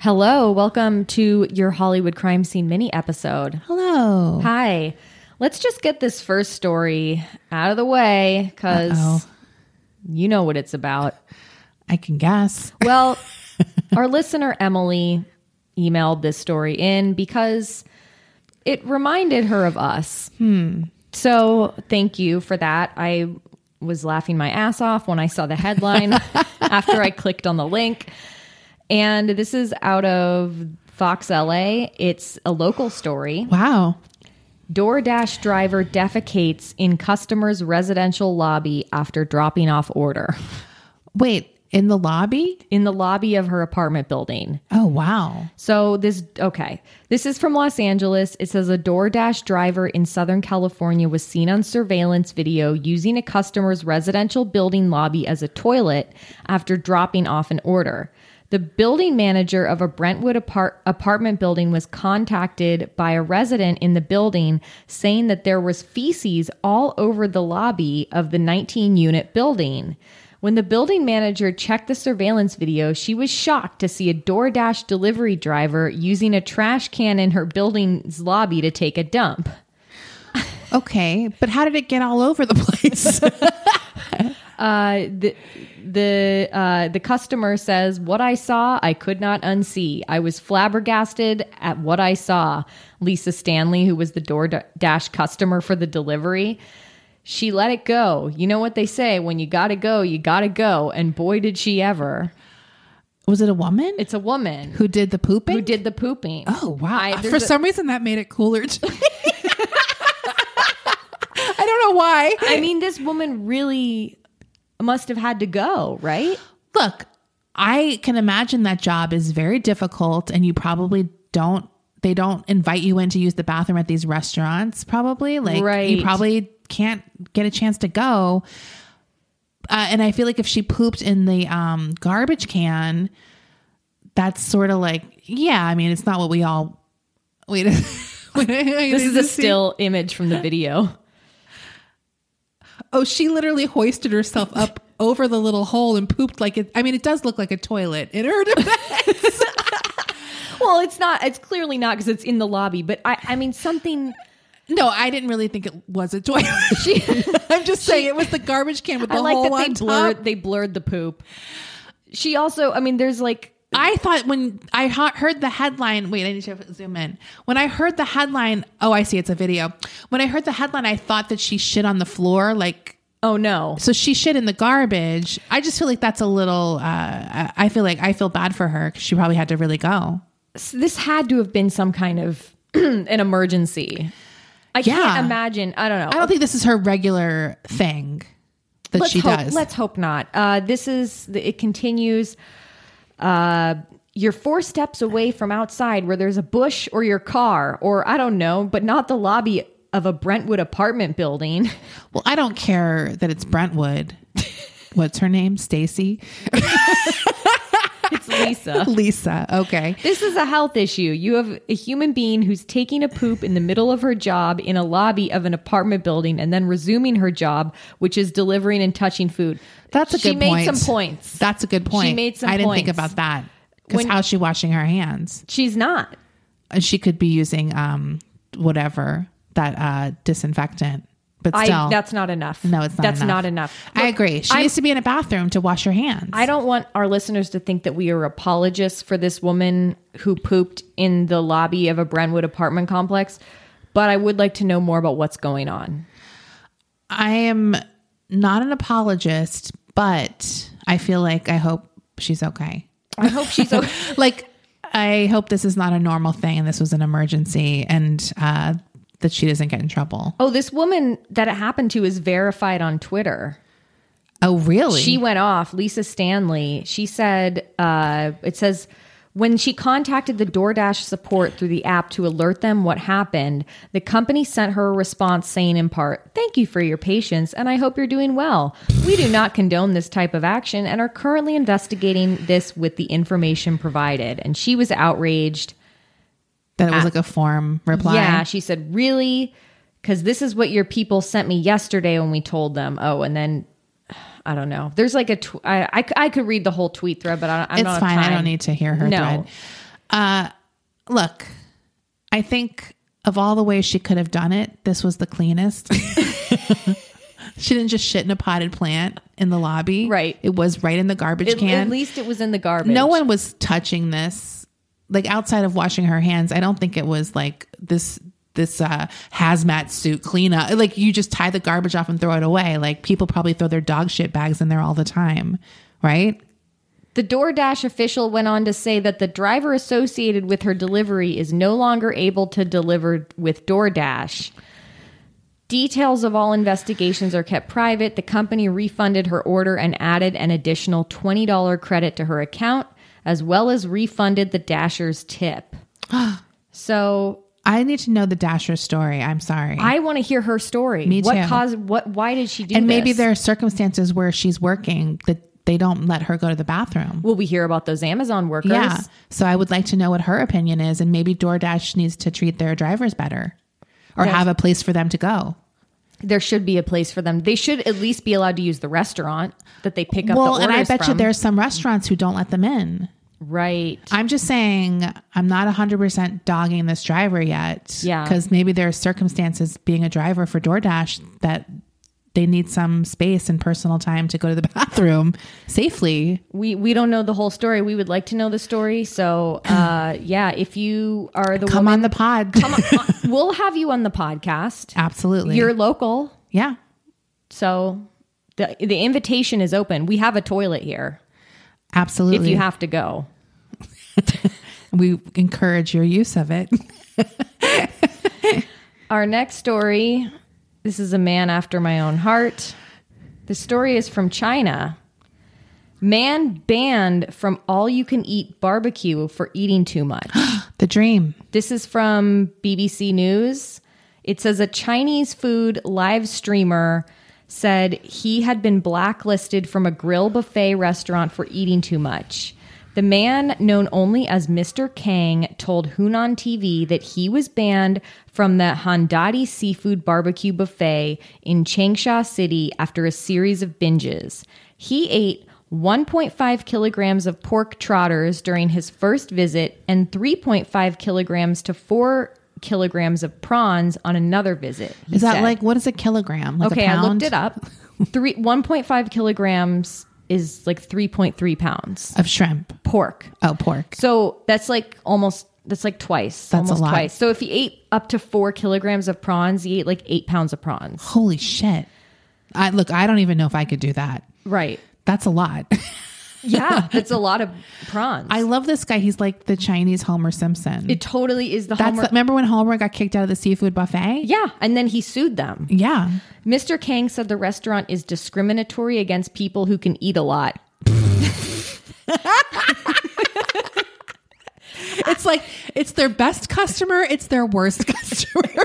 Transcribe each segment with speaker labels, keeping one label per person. Speaker 1: Hello, welcome to your Hollywood crime scene mini episode.
Speaker 2: Hello.
Speaker 1: Hi. Let's just get this first story out of the way because you know what it's about.
Speaker 2: I can guess.
Speaker 1: Well, our listener Emily emailed this story in because it reminded her of us. So thank you for that. I was laughing my ass off when I saw the headline after I clicked on the link. And this is out of Fox LA. It's a local story.
Speaker 2: Wow.
Speaker 1: DoorDash driver defecates in customer's residential lobby after dropping off order
Speaker 2: Wait, in the lobby?
Speaker 1: in the lobby of her apartment building.
Speaker 2: Oh, wow.
Speaker 1: So this okay. This is from Los Angeles. It says a DoorDash driver in Southern California was seen on surveillance video using a customer's residential building lobby as a toilet after dropping off an order. The building manager of a Brentwood apart- apartment building was contacted by a resident in the building saying that there was feces all over the lobby of the 19 unit building. When the building manager checked the surveillance video, she was shocked to see a DoorDash delivery driver using a trash can in her building's lobby to take a dump.
Speaker 2: Okay. But how did it get all over the place?
Speaker 1: Uh, the the uh, the customer says, "What I saw, I could not unsee. I was flabbergasted at what I saw." Lisa Stanley, who was the DoorDash customer for the delivery, she let it go. You know what they say: when you gotta go, you gotta go. And boy, did she ever!
Speaker 2: Was it a woman
Speaker 1: It's a woman
Speaker 2: who did the pooping?
Speaker 1: who did the pooping.
Speaker 2: Oh, wow.
Speaker 1: I-
Speaker 2: For
Speaker 1: there's a-
Speaker 2: some reason, that made it cooler to me. I don't know why.
Speaker 1: I mean, this woman really must have had to go, right?
Speaker 2: Look, I can imagine that job is very difficult, and you probably don't. They don't invite you in to use the bathroom at these restaurants. Probably, like
Speaker 1: Right.
Speaker 2: you probably can't get a chance to go. Uh, and I feel like if she pooped in the um, garbage can, that's sort of like, yeah. I mean, it's not what we all. Wait, wait
Speaker 1: This is a still image from the video.
Speaker 2: Oh, she literally hoisted herself up over the little hole and pooped like it. I mean, it does look like a toilet in her defense.
Speaker 1: Well, it's not. It's clearly not because it's in the lobby. But I, I mean, something.
Speaker 2: No, I didn't really think it was a toilet. I'm just saying it was the garbage can with the
Speaker 1: I like
Speaker 2: hole
Speaker 1: that they
Speaker 2: on
Speaker 1: blurred.
Speaker 2: top.
Speaker 1: They blurred the poop. She also. I mean, there's like.
Speaker 2: I thought when I ho- heard the headline, wait, I need to zoom in. When I heard the headline, oh, I see, it's a video. When I heard the headline, I thought that she shit on the floor, like
Speaker 1: Oh no.
Speaker 2: so she shit in the garbage. I just feel like that's a little. Uh, I I feel like I feel bad for her because she probably had to really go.
Speaker 1: So this had to have been some kind of an emergency. I
Speaker 2: Yeah.
Speaker 1: can't imagine. I don't know.
Speaker 2: I don't think this is her regular thing that
Speaker 1: let's
Speaker 2: she
Speaker 1: hope,
Speaker 2: does.
Speaker 1: Let's hope not. Uh, this is the- it continues. Uh, you're four steps away from outside where there's a bush or your car or I don't know, but not the lobby of a Brentwood apartment building.
Speaker 2: Well, I don't care that it's Brentwood. What's her name? Stacy.
Speaker 1: It's Lisa.
Speaker 2: Lisa. Okay.
Speaker 1: This is a health issue. You have a human being who's taking a poop in the middle of her job in a lobby of an apartment building and then resuming her job, which is delivering and touching food.
Speaker 2: That's a
Speaker 1: she
Speaker 2: good
Speaker 1: made
Speaker 2: point.
Speaker 1: some points.
Speaker 2: That's a good point.
Speaker 1: made some
Speaker 2: I didn't think
Speaker 1: points.
Speaker 2: about that. Because
Speaker 1: When-
Speaker 2: how's she washing her hands?
Speaker 1: She's not.
Speaker 2: And She could be using um whatever that uh disinfectant. But still,
Speaker 1: I that's not enough.
Speaker 2: no, it's not.
Speaker 1: That's
Speaker 2: enough.
Speaker 1: not enough.
Speaker 2: I agree. She needs to be in a bathroom to wash her hands.
Speaker 1: I don't want our listeners to think that we are apologists for this woman who pooped in the lobby of a Brentwood apartment complex, but I would like to know more about what's going on.
Speaker 2: I am not an apologist, but I feel like I hope she's okay.
Speaker 1: I hope she's okay.
Speaker 2: like i hope this is not a normal thing and this was an emergency and uh that she doesn't get in trouble
Speaker 1: Oh, this woman that it happened to is verified on Twitter.
Speaker 2: Oh, really?
Speaker 1: She went off, Lisa Stanley. She said, uh, it says, when she contacted the DoorDash support through the app to alert them what happened, the company sent her a response saying, in part, Thank you for your patience, and I hope you're doing well. We do not condone this type of action and are currently investigating this with the information provided. And she was outraged.
Speaker 2: that it was like a form reply.
Speaker 1: Yeah, she said, "Really? Because this is what your people sent me yesterday when we told them." Oh, and then I don't know. There's like a tw- I, I c- I could read the whole tweet thread, but I, I'm
Speaker 2: it's
Speaker 1: not
Speaker 2: fine. I
Speaker 1: Time.
Speaker 2: don't need to hear her
Speaker 1: No.
Speaker 2: thread. Uh, look, I think of all the ways she could have done it, this was the cleanest. she didn't just shit in a potted plant in the lobby.
Speaker 1: Right.
Speaker 2: It was right in the garbage
Speaker 1: At,
Speaker 2: can.
Speaker 1: at least it was in the garbage.
Speaker 2: no one was touching this. Like outside of washing her hands, I don't think it was like this this uh hazmat suit cleanup. Like you just tie the garbage off and throw it away. Like people probably throw their dog shit bags in there all the time, right?
Speaker 1: The DoorDash official went on to say that the driver associated with her delivery is no longer able to deliver with DoorDash. Details of all investigations are kept private. The company refunded her order and added an additional $20 credit to her account, as well as refunded the Dasher's tip. so
Speaker 2: I need to know the Dasher story. I'm sorry.
Speaker 1: I want to hear her story.
Speaker 2: Me
Speaker 1: What
Speaker 2: too.
Speaker 1: caused what why did she do
Speaker 2: and maybe
Speaker 1: this?
Speaker 2: there are circumstances where she's working that they don't let her go to the bathroom.
Speaker 1: will we hear about those Amazon workers?
Speaker 2: Yeah. So I would like to know what her opinion is. And maybe DoorDash needs to treat their drivers better or have a place for them to go.
Speaker 1: there should be a place for them. They should at least be allowed to use the restaurant that they pick up.
Speaker 2: Well,
Speaker 1: the
Speaker 2: and I
Speaker 1: orders
Speaker 2: bet you
Speaker 1: from.
Speaker 2: there's some restaurants who don't let them in.
Speaker 1: right.
Speaker 2: I'm just saying, I'm not 100% dogging this driver yet.
Speaker 1: Yeah.
Speaker 2: Because maybe there are circumstances being a driver for DoorDash that they need some space and personal time to go to the bathroom safely.
Speaker 1: We we don't know the whole story. We would like to know the story. So uh, yeah, if you are the
Speaker 2: Come
Speaker 1: woman,
Speaker 2: on the pod.
Speaker 1: come on, we'll have you on the podcast.
Speaker 2: Absolutely.
Speaker 1: You're local,
Speaker 2: yeah.
Speaker 1: so the the invitation is open. We have a toilet here if
Speaker 2: Absolutely.
Speaker 1: you have to go.
Speaker 2: we encourage your use of it.
Speaker 1: Our next story. This is a man after my own heart. The story is from China. Man banned from all you can eat barbecue for eating too much.
Speaker 2: the dream.
Speaker 1: This is from BBC News. It says a Chinese food live streamer said he had been blacklisted from a grill buffet restaurant for eating too much. The man, known only as Mr. Kang, told Hunan TV that he was banned from the Handadi Seafood Barbecue Buffet in Changsha City after a series of binges. He ate 1.5 kilograms of pork trotters during his first visit and 3.5 kilograms to 4 kilograms of prawns on another visit. he
Speaker 2: Is that
Speaker 1: said.
Speaker 2: like what is a kilogram? Like
Speaker 1: Okay,
Speaker 2: a pound?
Speaker 1: I looked it up. 3 1.5 kilograms is like 3.3 pounds
Speaker 2: Of shrimp.
Speaker 1: pork.
Speaker 2: Oh, pork.
Speaker 1: So that's like almost that's like twice.
Speaker 2: That's a
Speaker 1: almost
Speaker 2: lot.
Speaker 1: twice. So if he ate up to 4 kilograms of prawns, he ate like 8 pounds of prawns.
Speaker 2: Holy shit. I look, I don't even know if I could do that.
Speaker 1: Right.
Speaker 2: That's a lot.
Speaker 1: Yeah, that's a lot of prawns.
Speaker 2: I love this guy. He's like the Chinese Homer Simpson.
Speaker 1: it totally is the
Speaker 2: That's
Speaker 1: Homer-
Speaker 2: remember when Homer got kicked out of the seafood buffet?
Speaker 1: Yeah, and then he sued them.
Speaker 2: Yeah.
Speaker 1: Mr. Kang said the restaurant is discriminatory against people who can eat a lot.
Speaker 2: It's like it's their best customer, it's their worst customer.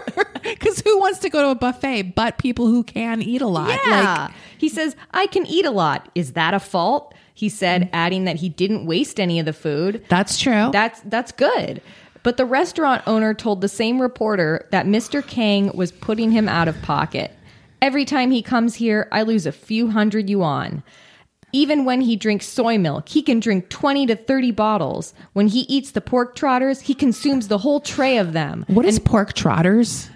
Speaker 2: Cuz who wants to go to a buffet but people who can eat a lot?
Speaker 1: Like, he says, I can eat a lot. Is that a fault? He said, adding that he didn't waste any of the food.
Speaker 2: that's true.
Speaker 1: That's that's good. But the restaurant owner told the same reporter that Mr. Kang was putting him out of pocket. Every time he comes here, I lose a few hundred yuan. Even when he drinks soy milk, he can drink 20 to 30 bottles. When he eats the pork trotters, he consumes the whole tray of them.
Speaker 2: what is pork trotters?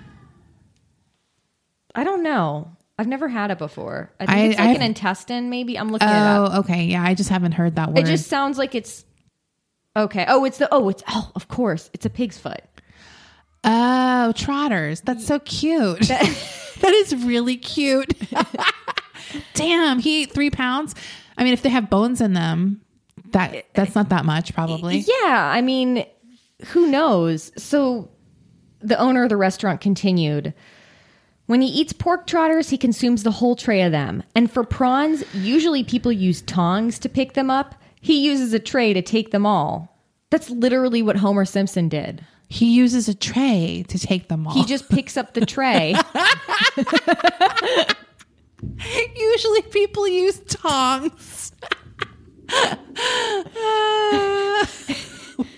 Speaker 1: I don't know. I've never had it before. I think
Speaker 2: I-
Speaker 1: it's like an
Speaker 2: I've-
Speaker 1: intestine, maybe. I'm looking it up.
Speaker 2: Oh, okay. Yeah, I just haven't heard that word.
Speaker 1: It just sounds like it's okay. Oh, it's the oh, it's oh, of course, it's a pig's foot.
Speaker 2: Oh, trotters. That's so cute. that is really cute. Damn, he ate three pounds. I mean, if they have bones in them, that that's not that much, probably.
Speaker 1: Yeah, I mean, who knows? So the owner of the restaurant continued. When he eats pork trotters, he consumes the whole tray of them. And for prawns, usually people use tongs to pick them up. He uses a tray to take them all. That's literally what Homer Simpson did.
Speaker 2: He uses a tray to take them all.
Speaker 1: He just picks up the tray.
Speaker 2: Usually people use tongs. Uh,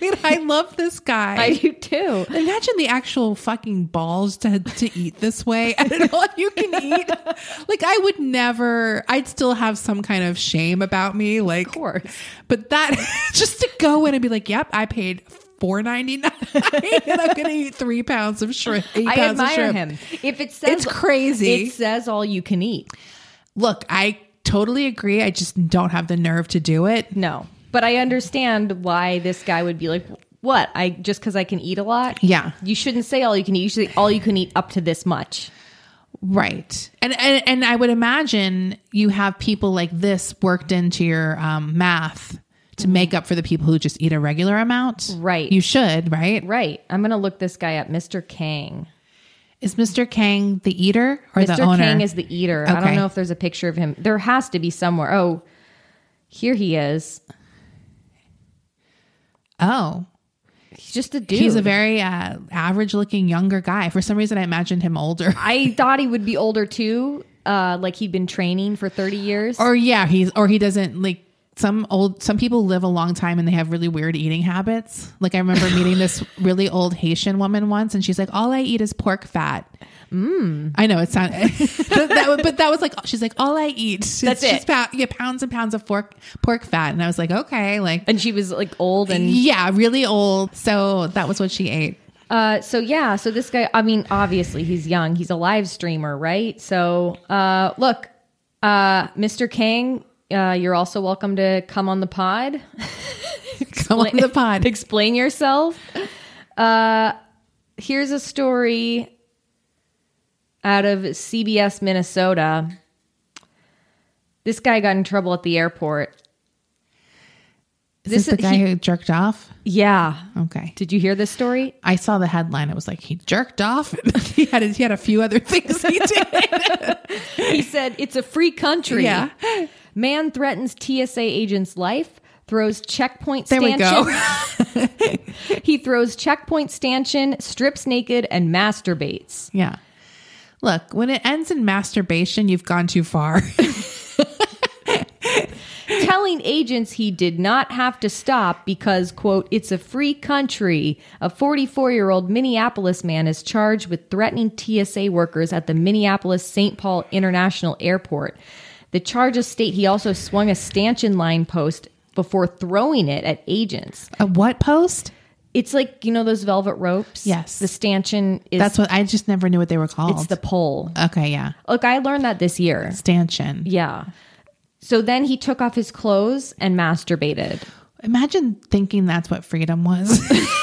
Speaker 2: wait, I love this guy.
Speaker 1: I do too.
Speaker 2: Imagine the actual fucking balls to to eat this way. I don't know what you can eat. Like I would never. I'd still have some kind of shame about me. Like, of
Speaker 1: course.
Speaker 2: But that just to go in and be like, "Yep, I paid four ninety nine, and I'm gonna eat three pounds of shrimp." Eight
Speaker 1: I
Speaker 2: pounds of
Speaker 1: admire
Speaker 2: shrimp.
Speaker 1: him. If it says
Speaker 2: It's crazy.
Speaker 1: it says all you can eat.
Speaker 2: Look, I totally agree. I just don't have the nerve to do it.
Speaker 1: No, but I understand why this guy would be like, "What? I just because I can eat a lot?
Speaker 2: Yeah.
Speaker 1: you shouldn't say all you can eat. You should say all you can eat up to this much."
Speaker 2: Right. And, and and I would imagine you have people like this worked into your um, math to make up for the people who just eat a regular amount.
Speaker 1: Right.
Speaker 2: You should, right?
Speaker 1: Right. I'm gonna look this guy up, Mr. Kang.
Speaker 2: Is Mr. Kang the eater or
Speaker 1: Mr.
Speaker 2: the owner?
Speaker 1: Kang is the eater. I don't
Speaker 2: Okay.
Speaker 1: know if there's a picture of him. There has to be somewhere. Oh, here he is.
Speaker 2: oh.
Speaker 1: He's just a dude.
Speaker 2: He's a very uh, average looking younger guy. For some reason I imagined him older.
Speaker 1: I thought he would be older too. Uh, like he'd been training for 30 years.
Speaker 2: or yeah, he's or he doesn't like some old some people live a long time and they have really weird eating habits. Like I remember meeting this really old Haitian woman once and she's like, All I eat is pork fat. Mm. I know it sounds, but that was like she's like all I eat. is
Speaker 1: That's
Speaker 2: just
Speaker 1: it.
Speaker 2: pow- yeah, pounds and pounds of pork pork fat, and I was like, okay, like
Speaker 1: and she was like old and
Speaker 2: yeah, really old. So that was what she ate.
Speaker 1: Uh, so yeah, so this guy, I mean, obviously he's young. He's a live streamer, right? So uh, look, uh, Mr. Kang, uh, you're also welcome to come on the pod.
Speaker 2: Come on the pod.
Speaker 1: Explain yourself. Uh, here's a story out of CBS, Minnesota. This guy got in trouble at the airport.
Speaker 2: Is this,
Speaker 1: this is-
Speaker 2: the guy
Speaker 1: he-
Speaker 2: who jerked off?
Speaker 1: Yeah.
Speaker 2: Okay.
Speaker 1: Did you hear this story?
Speaker 2: I saw the headline. It was like he jerked off. he had he had a few other things he did.
Speaker 1: he said it's a free country.
Speaker 2: Yeah.
Speaker 1: Man threatens TSA agent's life, throws checkpoint
Speaker 2: There we
Speaker 1: stanchion.
Speaker 2: go.
Speaker 1: he throws checkpoint stanchion, strips naked, and masturbates.
Speaker 2: Yeah. Look, when it ends in masturbation, you've gone too far.
Speaker 1: Telling agents he did not have to stop because, quote, it's a free country. A 44 year old Minneapolis man is charged with threatening TSA workers at the Minneapolis St. Paul International Airport. The charges state he also swung a stanchion line post before throwing it at agents.
Speaker 2: a what post?
Speaker 1: It's like you know those velvet ropes.
Speaker 2: Yes.
Speaker 1: the stanchion is
Speaker 2: That's what I just never knew what they were called.
Speaker 1: it's the pole.
Speaker 2: okay, yeah.
Speaker 1: Look, I learned that this year.
Speaker 2: Stanchion.
Speaker 1: Yeah. So then he took off his clothes and masturbated.
Speaker 2: Imagine thinking that's what freedom was.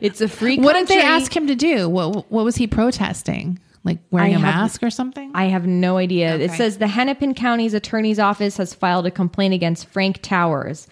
Speaker 1: It's a free.
Speaker 2: what did they
Speaker 1: country.
Speaker 2: ask him to do? What what was he protesting? Like wearing
Speaker 1: I
Speaker 2: a
Speaker 1: have-
Speaker 2: mask or something?
Speaker 1: I have no idea. It
Speaker 2: Okay.
Speaker 1: says the Hennepin County's attorney's office has filed a complaint against Frank Towers.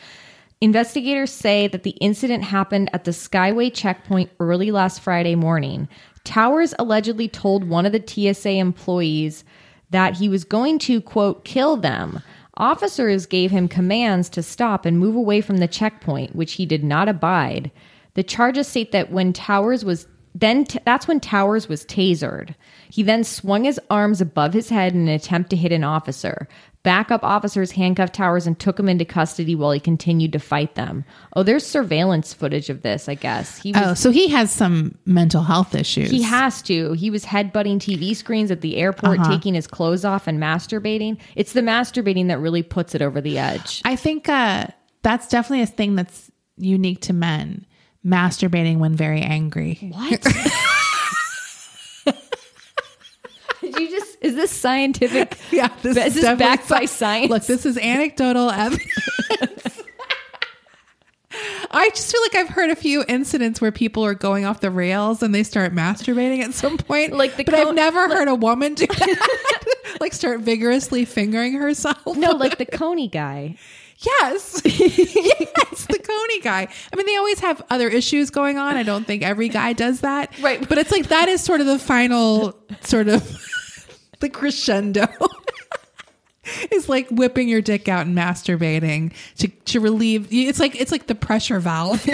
Speaker 1: Investigators say that the incident happened at the Skyway checkpoint early last Friday morning. Towers allegedly told one of the TSA employees that he was going to, quote, kill them. Officers gave him commands to stop and move away from the checkpoint, which he did not abide. The charges state that when Towers was then t- that's when Towers was tasered. He then swung his arms above his head in an attempt to hit an officer. Backup officers handcuffed Towers and took him into custody while he continued to fight them. Oh, there's surveillance footage of this, I guess. He was,
Speaker 2: oh, so he has some mental health issues.
Speaker 1: he has to. He was headbutting TV screens at the airport, taking his clothes off and masturbating. It's the masturbating that really puts it over the edge.
Speaker 2: I think uh, that's definitely a thing that's unique to men. Masturbating when very angry.
Speaker 1: What? Did you just is this scientific?
Speaker 2: Yeah, this
Speaker 1: Is this
Speaker 2: definitely
Speaker 1: backed by
Speaker 2: sci-
Speaker 1: science?
Speaker 2: Look, this is anecdotal evidence. I just feel like I've heard a few incidents where people are going off the rails and they start masturbating at some point.
Speaker 1: Like the
Speaker 2: but
Speaker 1: co-
Speaker 2: I've never heard a woman do that. like start vigorously fingering herself.
Speaker 1: No, like the Coney guy.
Speaker 2: Yes. yes, the Coney guy. I mean, they always have other issues going on. I don't think every guy does that.
Speaker 1: Right.
Speaker 2: But it's like that is sort of the final sort of the crescendo. Is like whipping your dick out and masturbating to, to relieve it's like it's like the pressure valve.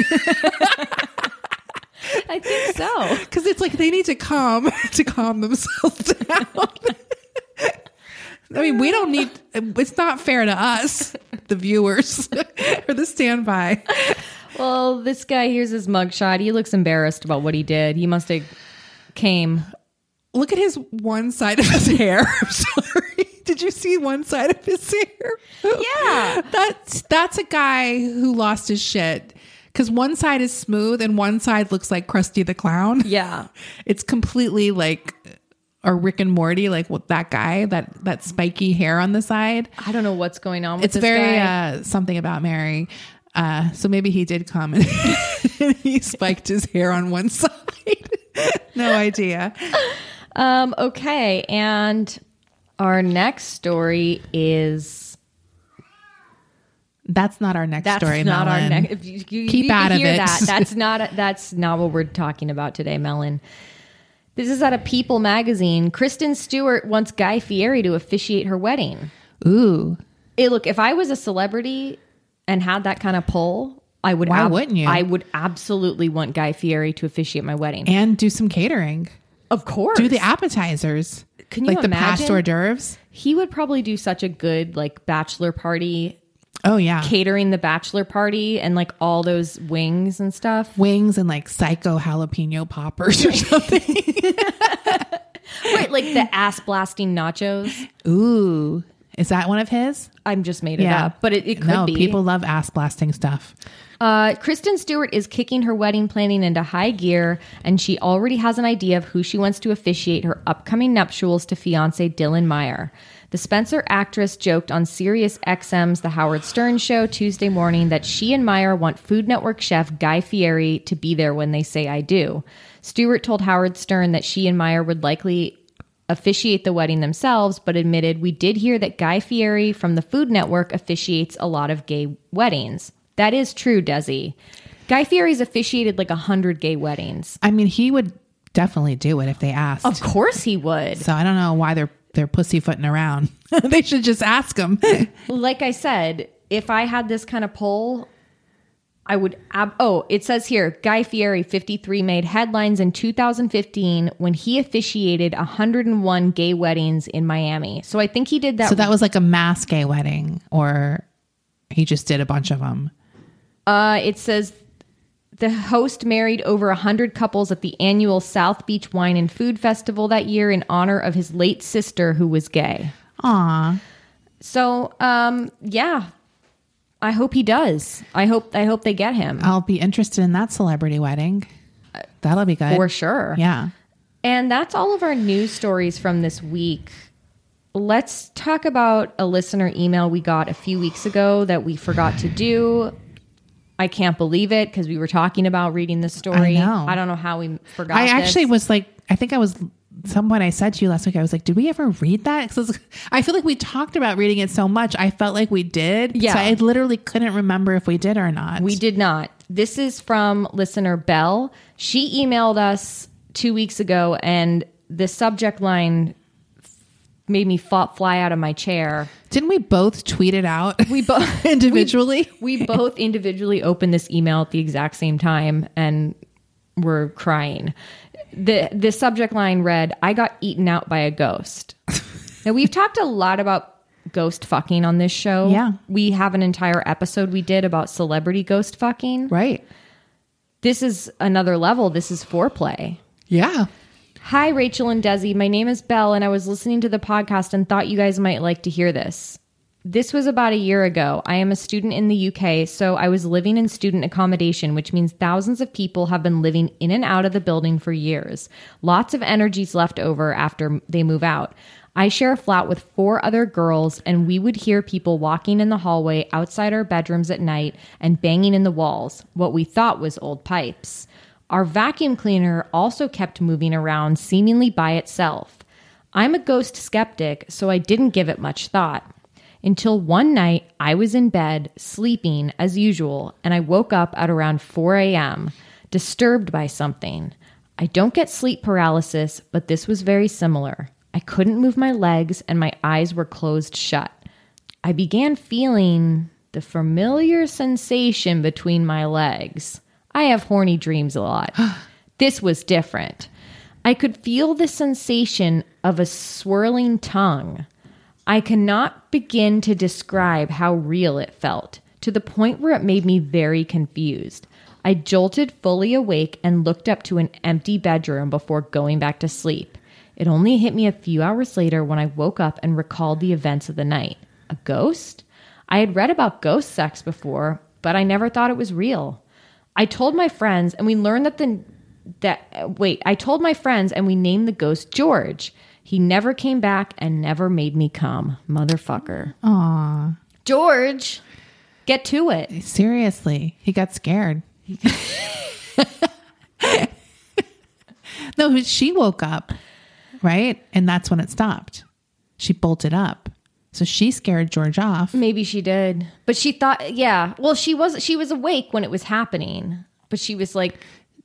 Speaker 1: I think so.
Speaker 2: Because it's like they need to calm to calm themselves down. I mean, we don't need. It's not fair to us, the viewers, or the standby.
Speaker 1: Well, this guy here's his mugshot. He looks embarrassed about what he did. He must have came.
Speaker 2: Look at his one side of his hair. I'm sorry. Did you see one side of his hair?
Speaker 1: Yeah.
Speaker 2: That's that's a guy who lost his shit. Because one side is smooth and one side looks like Krusty the Clown.
Speaker 1: Yeah.
Speaker 2: It's completely like a Rick and Morty, like with that guy, that that spiky hair on the side.
Speaker 1: I don't know what's going on with
Speaker 2: it's
Speaker 1: this
Speaker 2: very
Speaker 1: guy.
Speaker 2: uh, something about Mary. Uh, so maybe he did come and he spiked his hair on one side. no idea.
Speaker 1: Um, okay, and our next story is
Speaker 2: That's not our next
Speaker 1: that's
Speaker 2: story.
Speaker 1: not our
Speaker 2: Melon.
Speaker 1: next. If you, you,
Speaker 2: Keep
Speaker 1: you
Speaker 2: out of
Speaker 1: hear
Speaker 2: it.
Speaker 1: That, that's not that's not what we're talking about today, Melon. This is out of People magazine. Kristen Stewart wants Guy Fieri to officiate her wedding.
Speaker 2: Ooh,
Speaker 1: Hey, look, if I was a celebrity and had that kind of pull, I would.
Speaker 2: Why wouldn't you?
Speaker 1: I would absolutely want Guy Fieri to officiate my wedding.
Speaker 2: and do some catering.
Speaker 1: of course,
Speaker 2: Do the appetizers.
Speaker 1: Can you
Speaker 2: like the past
Speaker 1: imagine?
Speaker 2: hors d'oeuvres?
Speaker 1: he would probably do such a good like bachelor party
Speaker 2: Oh yeah,
Speaker 1: catering the bachelor party and like all those wings and stuff.
Speaker 2: wings and like psycho jalapeno poppers or something.
Speaker 1: Right, like the ass blasting nachos.
Speaker 2: Ooh, is that one of his?
Speaker 1: I'm just made it up, but it, it could
Speaker 2: no,
Speaker 1: be.
Speaker 2: people love ass blasting stuff.
Speaker 1: Uh, Kristen Stewart is kicking her wedding planning into high gear, and she already has an idea of who she wants to officiate her upcoming nuptials to fiance Dylan Meyer. The Spencer actress joked on Sirius XM's The Howard Stern Show Tuesday morning that she and Meyer want Food Network chef Guy Fieri to be there when they say I do. Stewart told Howard Stern that she and Meyer would likely officiate the wedding themselves, but admitted, We did hear that Guy Fieri from the Food Network officiates a lot of gay weddings. That is true, Desi. Guy Fieri's officiated like a hundred gay weddings.
Speaker 2: I mean, he would definitely do it if they asked.
Speaker 1: Of course he would.
Speaker 2: So I don't know why they're they're pussyfooting around. they should just ask him.
Speaker 1: Like I said, if I had this kind of poll, I would. Ab- oh, it says here Guy Fieri, 53, made headlines in 2015 when he officiated 101 gay weddings in Miami. So I think he did that.
Speaker 2: so that was like a mass gay wedding, or he just did a bunch of them.
Speaker 1: Uh, it says the host married over 100 couples at the annual South Beach Wine and Food Festival that year in honor of his late sister who was gay.
Speaker 2: Aw,
Speaker 1: So, um, yeah. I hope he does. I hope I hope they get him
Speaker 2: I'll be interested in that celebrity wedding. That'll be good
Speaker 1: for sure.
Speaker 2: Uh, Yeah.
Speaker 1: And that's all of our news stories from this week. Let's talk about a listener email we got a few weeks ago that we forgot to do. I can't believe it because we were talking about reading this story.
Speaker 2: I know.
Speaker 1: don't know how we forgot.
Speaker 2: I actually
Speaker 1: this.
Speaker 2: was like, I think I was. Someone I said to you last week, I was like, "Did we ever read that?" Because I feel like we talked about reading it so much, I felt like we did.
Speaker 1: Yeah.
Speaker 2: so I literally couldn't remember if we did or not.
Speaker 1: We did not. This is from listener Bell. She emailed us two weeks ago, and the subject line f- made me fa- fly out of my chair.
Speaker 2: didn't. We both tweet it out.
Speaker 1: We both
Speaker 2: individually.
Speaker 1: we both individually opened this email at the exact same time and were crying. The the subject line read, I got eaten out by a ghost. now we've talked a lot about ghost fucking on this show.
Speaker 2: Yeah.
Speaker 1: We have an entire episode we did about celebrity ghost fucking.
Speaker 2: right.
Speaker 1: This is another level. This is foreplay.
Speaker 2: Yeah.
Speaker 1: Hi, Rachel and Desi. My name is Belle, and I was listening to the podcast and thought you guys might like to hear this. This was about a year ago. I am a student in the UK, so I was living in student accommodation, which means thousands of people have been living in and out of the building for years. Lots of energy's left over after they move out. I share a flat with four other girls, and we would hear people walking in the hallway outside our bedrooms at night and banging in the walls, what we thought was old pipes. Our vacuum cleaner also kept moving around seemingly by itself. I'm a ghost skeptic, so I didn't give it much thought. Until one night, I was in bed, sleeping as usual, and I woke up at around 4 a.m., disturbed by something. I don't get sleep paralysis, but this was very similar. I couldn't move my legs, and my eyes were closed shut. I began feeling the familiar sensation between my legs. I have horny dreams a lot. this was different. I could feel the sensation of a swirling tongue. I cannot begin to describe how real it felt, to the point where it made me very confused. I jolted fully awake and looked up to an empty bedroom before going back to sleep. It only hit me a few hours later when I woke up and recalled the events of the night. A ghost? I had read about ghost sex before, but I never thought it was real. I told my friends, and we learned that the that uh, wait, I told my friends, and we named the ghost George. He never came back and never made me come, motherfucker. Aww, George, get to it.
Speaker 3: Seriously, he got scared. no, she woke up, right? And that's when it stopped. She bolted up. So she scared George off.
Speaker 1: Maybe she did, but she thought, yeah. Well, she was she was awake when it was happening, but she was like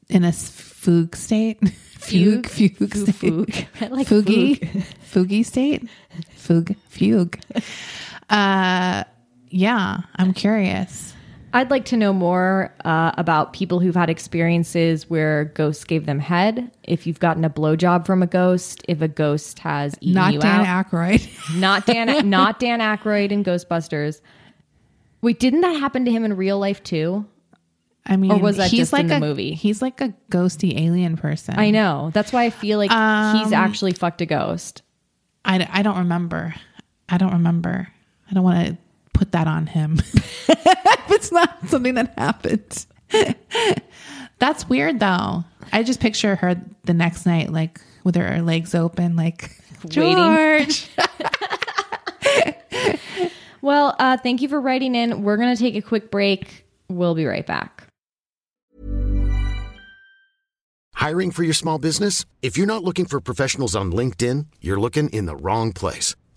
Speaker 3: in a s- fugue state. Fugue, fugue, state.
Speaker 1: fugue. I like
Speaker 3: Fugie, fugie state, fugue, fugue. Uh, yeah, I'm curious.
Speaker 1: I'd like to know more uh, about people who've had experiences where ghosts gave them head. If you've gotten a blowjob from a ghost, if a ghost has eaten
Speaker 3: Not
Speaker 1: you
Speaker 3: Dan
Speaker 1: out,
Speaker 3: Aykroyd.
Speaker 1: not Dan, not Dan Aykroyd in Ghostbusters. Wait, didn't that happen to him in real life too?
Speaker 3: I mean,
Speaker 1: Or was that
Speaker 3: he's
Speaker 1: just
Speaker 3: like
Speaker 1: in the
Speaker 3: a
Speaker 1: movie?
Speaker 3: He's like a ghosty alien person.
Speaker 1: I know. That's why I feel like
Speaker 3: Um,
Speaker 1: he's actually fucked a ghost.
Speaker 3: I, I don't remember. I don't remember. I don't want to put that on him. it's not something that happened. That's weird though. I just picture her the next night, like with her legs open, like
Speaker 1: Waiting.
Speaker 3: George.
Speaker 1: Well, uh, thank you for writing in. We're going to take a quick break. We'll be right back.
Speaker 4: Hiring for your small business? If you're not looking for professionals on LinkedIn, you're looking in the wrong place.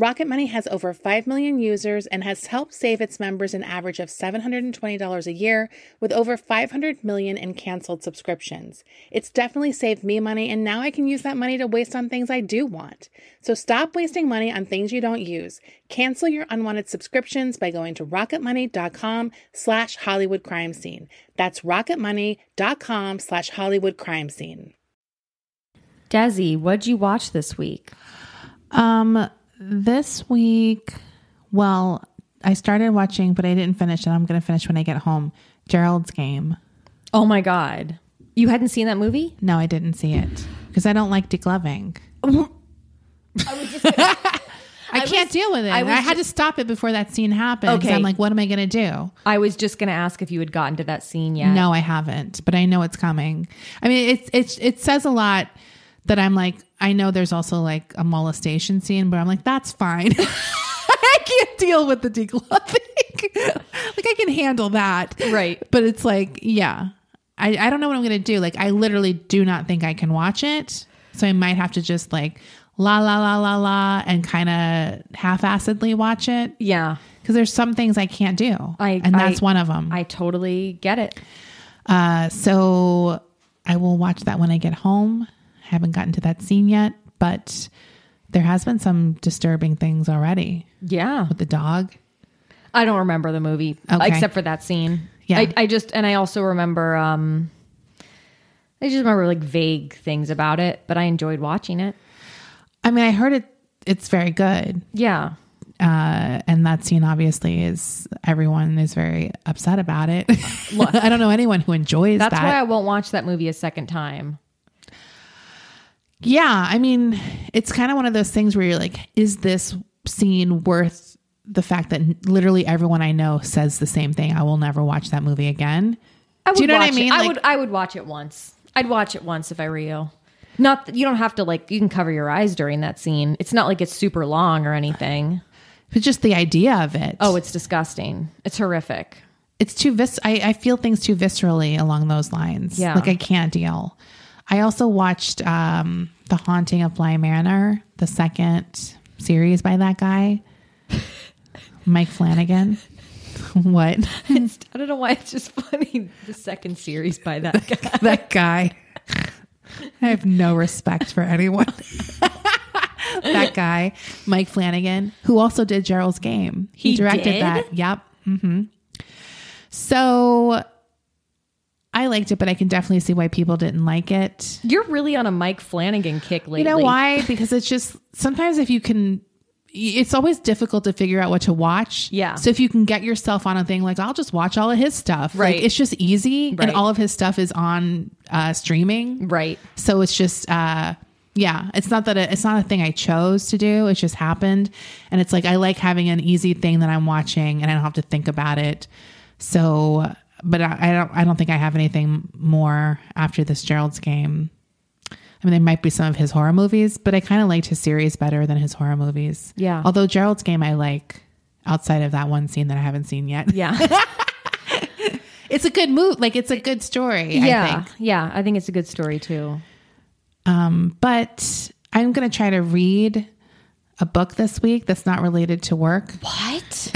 Speaker 2: Rocket Money has over 5 million users and has helped save its members an average of $720 a year with over 500 million in canceled subscriptions. It's definitely saved me money and now I can use that money to waste on things I do want. So stop wasting money on things you don't use. Cancel your unwanted subscriptions by going to rocketmoney.com slash Hollywood crime scene. That's rocketmoney.com slash Hollywood crime scene.
Speaker 1: Desi, what'd you watch this week?
Speaker 3: Um, this week, well, I started watching, but I didn't finish, and I'm going to finish when I get home. Gerald's Game.
Speaker 1: Oh my God. You hadn't seen that movie?
Speaker 3: No, I didn't see it because I don't like degloving. I, can't deal with it. I,
Speaker 1: was
Speaker 3: had to stop it before that scene happened. 'cause
Speaker 1: Okay.
Speaker 3: I'm like, what am I going to do?
Speaker 1: I was just going to ask if you had gotten to that scene yet.
Speaker 3: No, I haven't, but I know it's coming. I mean, it's it's it says a lot that I'm like, I know there's also like a molestation scene, but I'm like, that's fine. I can't deal with the decluttering. like I can handle that.
Speaker 1: Right.
Speaker 3: But it's like, yeah. I, I don't know what I'm gonna do. Like I literally do not think I can watch it. So I might have to just like la la la la la and kind of half-assedly watch it
Speaker 1: Yeah.
Speaker 3: because there's some things I can't do.
Speaker 1: I-
Speaker 3: and that's
Speaker 1: I-
Speaker 3: one of them.
Speaker 1: I totally get it.
Speaker 3: Uh, so I will watch that when I get home. I haven't gotten to that scene yet, but there has been some disturbing things already
Speaker 1: Yeah.
Speaker 3: with the dog.
Speaker 1: I don't remember the movie
Speaker 3: Okay.
Speaker 1: except for that scene.
Speaker 3: Yeah.
Speaker 1: I, I just and I also remember um I just remember like vague things about it, but I enjoyed watching it.
Speaker 3: I mean, I heard it. It's very good,
Speaker 1: Yeah.
Speaker 3: uh, and that scene obviously is everyone is very upset about it. I don't know anyone who enjoys
Speaker 1: That's
Speaker 3: that.
Speaker 1: why I won't watch that movie a second time.
Speaker 3: Yeah, I mean, it's kind of one of those things where you're like, is this scene worth the fact that literally everyone I know says the same thing? I will never watch that movie again.
Speaker 1: I would
Speaker 3: Do you know
Speaker 1: watch
Speaker 3: what I mean?
Speaker 1: It. I
Speaker 3: Like-
Speaker 1: would I would watch it once. I'd watch it once if I were you. Not that you don't have to like you can cover your eyes during that scene. It's not like it's super long or anything.
Speaker 3: But just the idea of it.
Speaker 1: Oh, it's disgusting. It's horrific.
Speaker 3: it's too vis. I, I feel things too viscerally along those lines.
Speaker 1: Yeah.
Speaker 3: like I can't deal. I also watched um, the Haunting of Bly Manor, the second series by that guy, Mike Flanagan. what
Speaker 1: It's, I don't know why it's just funny. The second series by that guy.
Speaker 3: that guy? I have no respect for anyone. that guy, Mike Flanagan, who also did Gerald's Game. He,
Speaker 1: He
Speaker 3: directed
Speaker 1: did?
Speaker 3: that. Yep. hmm So I liked it, but I can definitely see why people didn't like it.
Speaker 1: You're really on a Mike Flanagan kick lately.
Speaker 3: You know why? Because it's just sometimes if you can, it's always difficult to figure out what to watch.
Speaker 1: Yeah.
Speaker 3: So if you can get yourself on a thing like, I'll just watch all of his stuff. Like,
Speaker 1: Right.
Speaker 3: it's just easy.
Speaker 1: Right.
Speaker 3: And all of his stuff is on uh, streaming.
Speaker 1: Right.
Speaker 3: So it's just, uh, yeah, it's not that it, it's not a thing I chose to do. It just happened. And it's like, I like having an easy thing that I'm watching and I don't have to think about it. So, but I, I don't, I don't think I have anything more after this Gerald's game. I mean, there might be some of his horror movies, but I kind of liked his series better than his horror movies.
Speaker 1: Yeah.
Speaker 3: Although Gerald's game, I like outside of that one scene that I haven't seen yet.
Speaker 1: Yeah.
Speaker 3: It's a good move. Like it's a good story. I think.
Speaker 1: yeah. yeah. I think it's a good story too.
Speaker 3: but I'm going to try to read a book this week that's not related to work.
Speaker 1: What?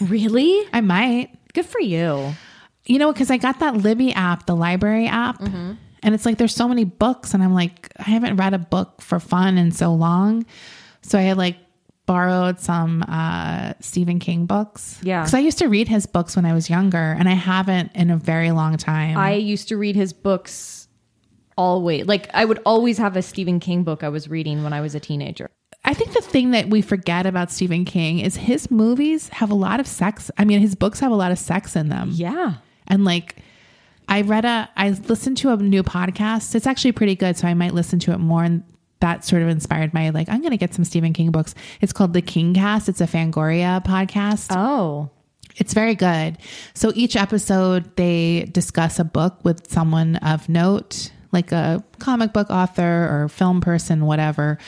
Speaker 1: really?
Speaker 3: I might.
Speaker 1: Good for you.
Speaker 3: You know, because I got that Libby app, the library app,
Speaker 1: Mm-hmm.
Speaker 3: and it's like there's so many books, and I'm like, I haven't read a book for fun in so long. So I like borrowed some uh, Stephen King books.
Speaker 1: Yeah.
Speaker 3: Because I used to read his books when I was younger, and I haven't in a very long time.
Speaker 1: I used to read his books always. Like I would always have a Stephen King book I was reading when I was a teenager.
Speaker 3: I think the thing that we forget about Stephen King is his movies have a lot of sex. I mean, his books have a lot of sex in them.
Speaker 1: Yeah.
Speaker 3: And like, I read a, I listened to a new podcast. It's actually pretty good. So I might listen to it more. And that sort of inspired my, like, I'm going to get some Stephen King books. It's called The King Cast. It's a Fangoria podcast.
Speaker 1: Oh.
Speaker 3: It's very good. So each episode, they discuss a book with someone of note, like a comic book author or film person, whatever.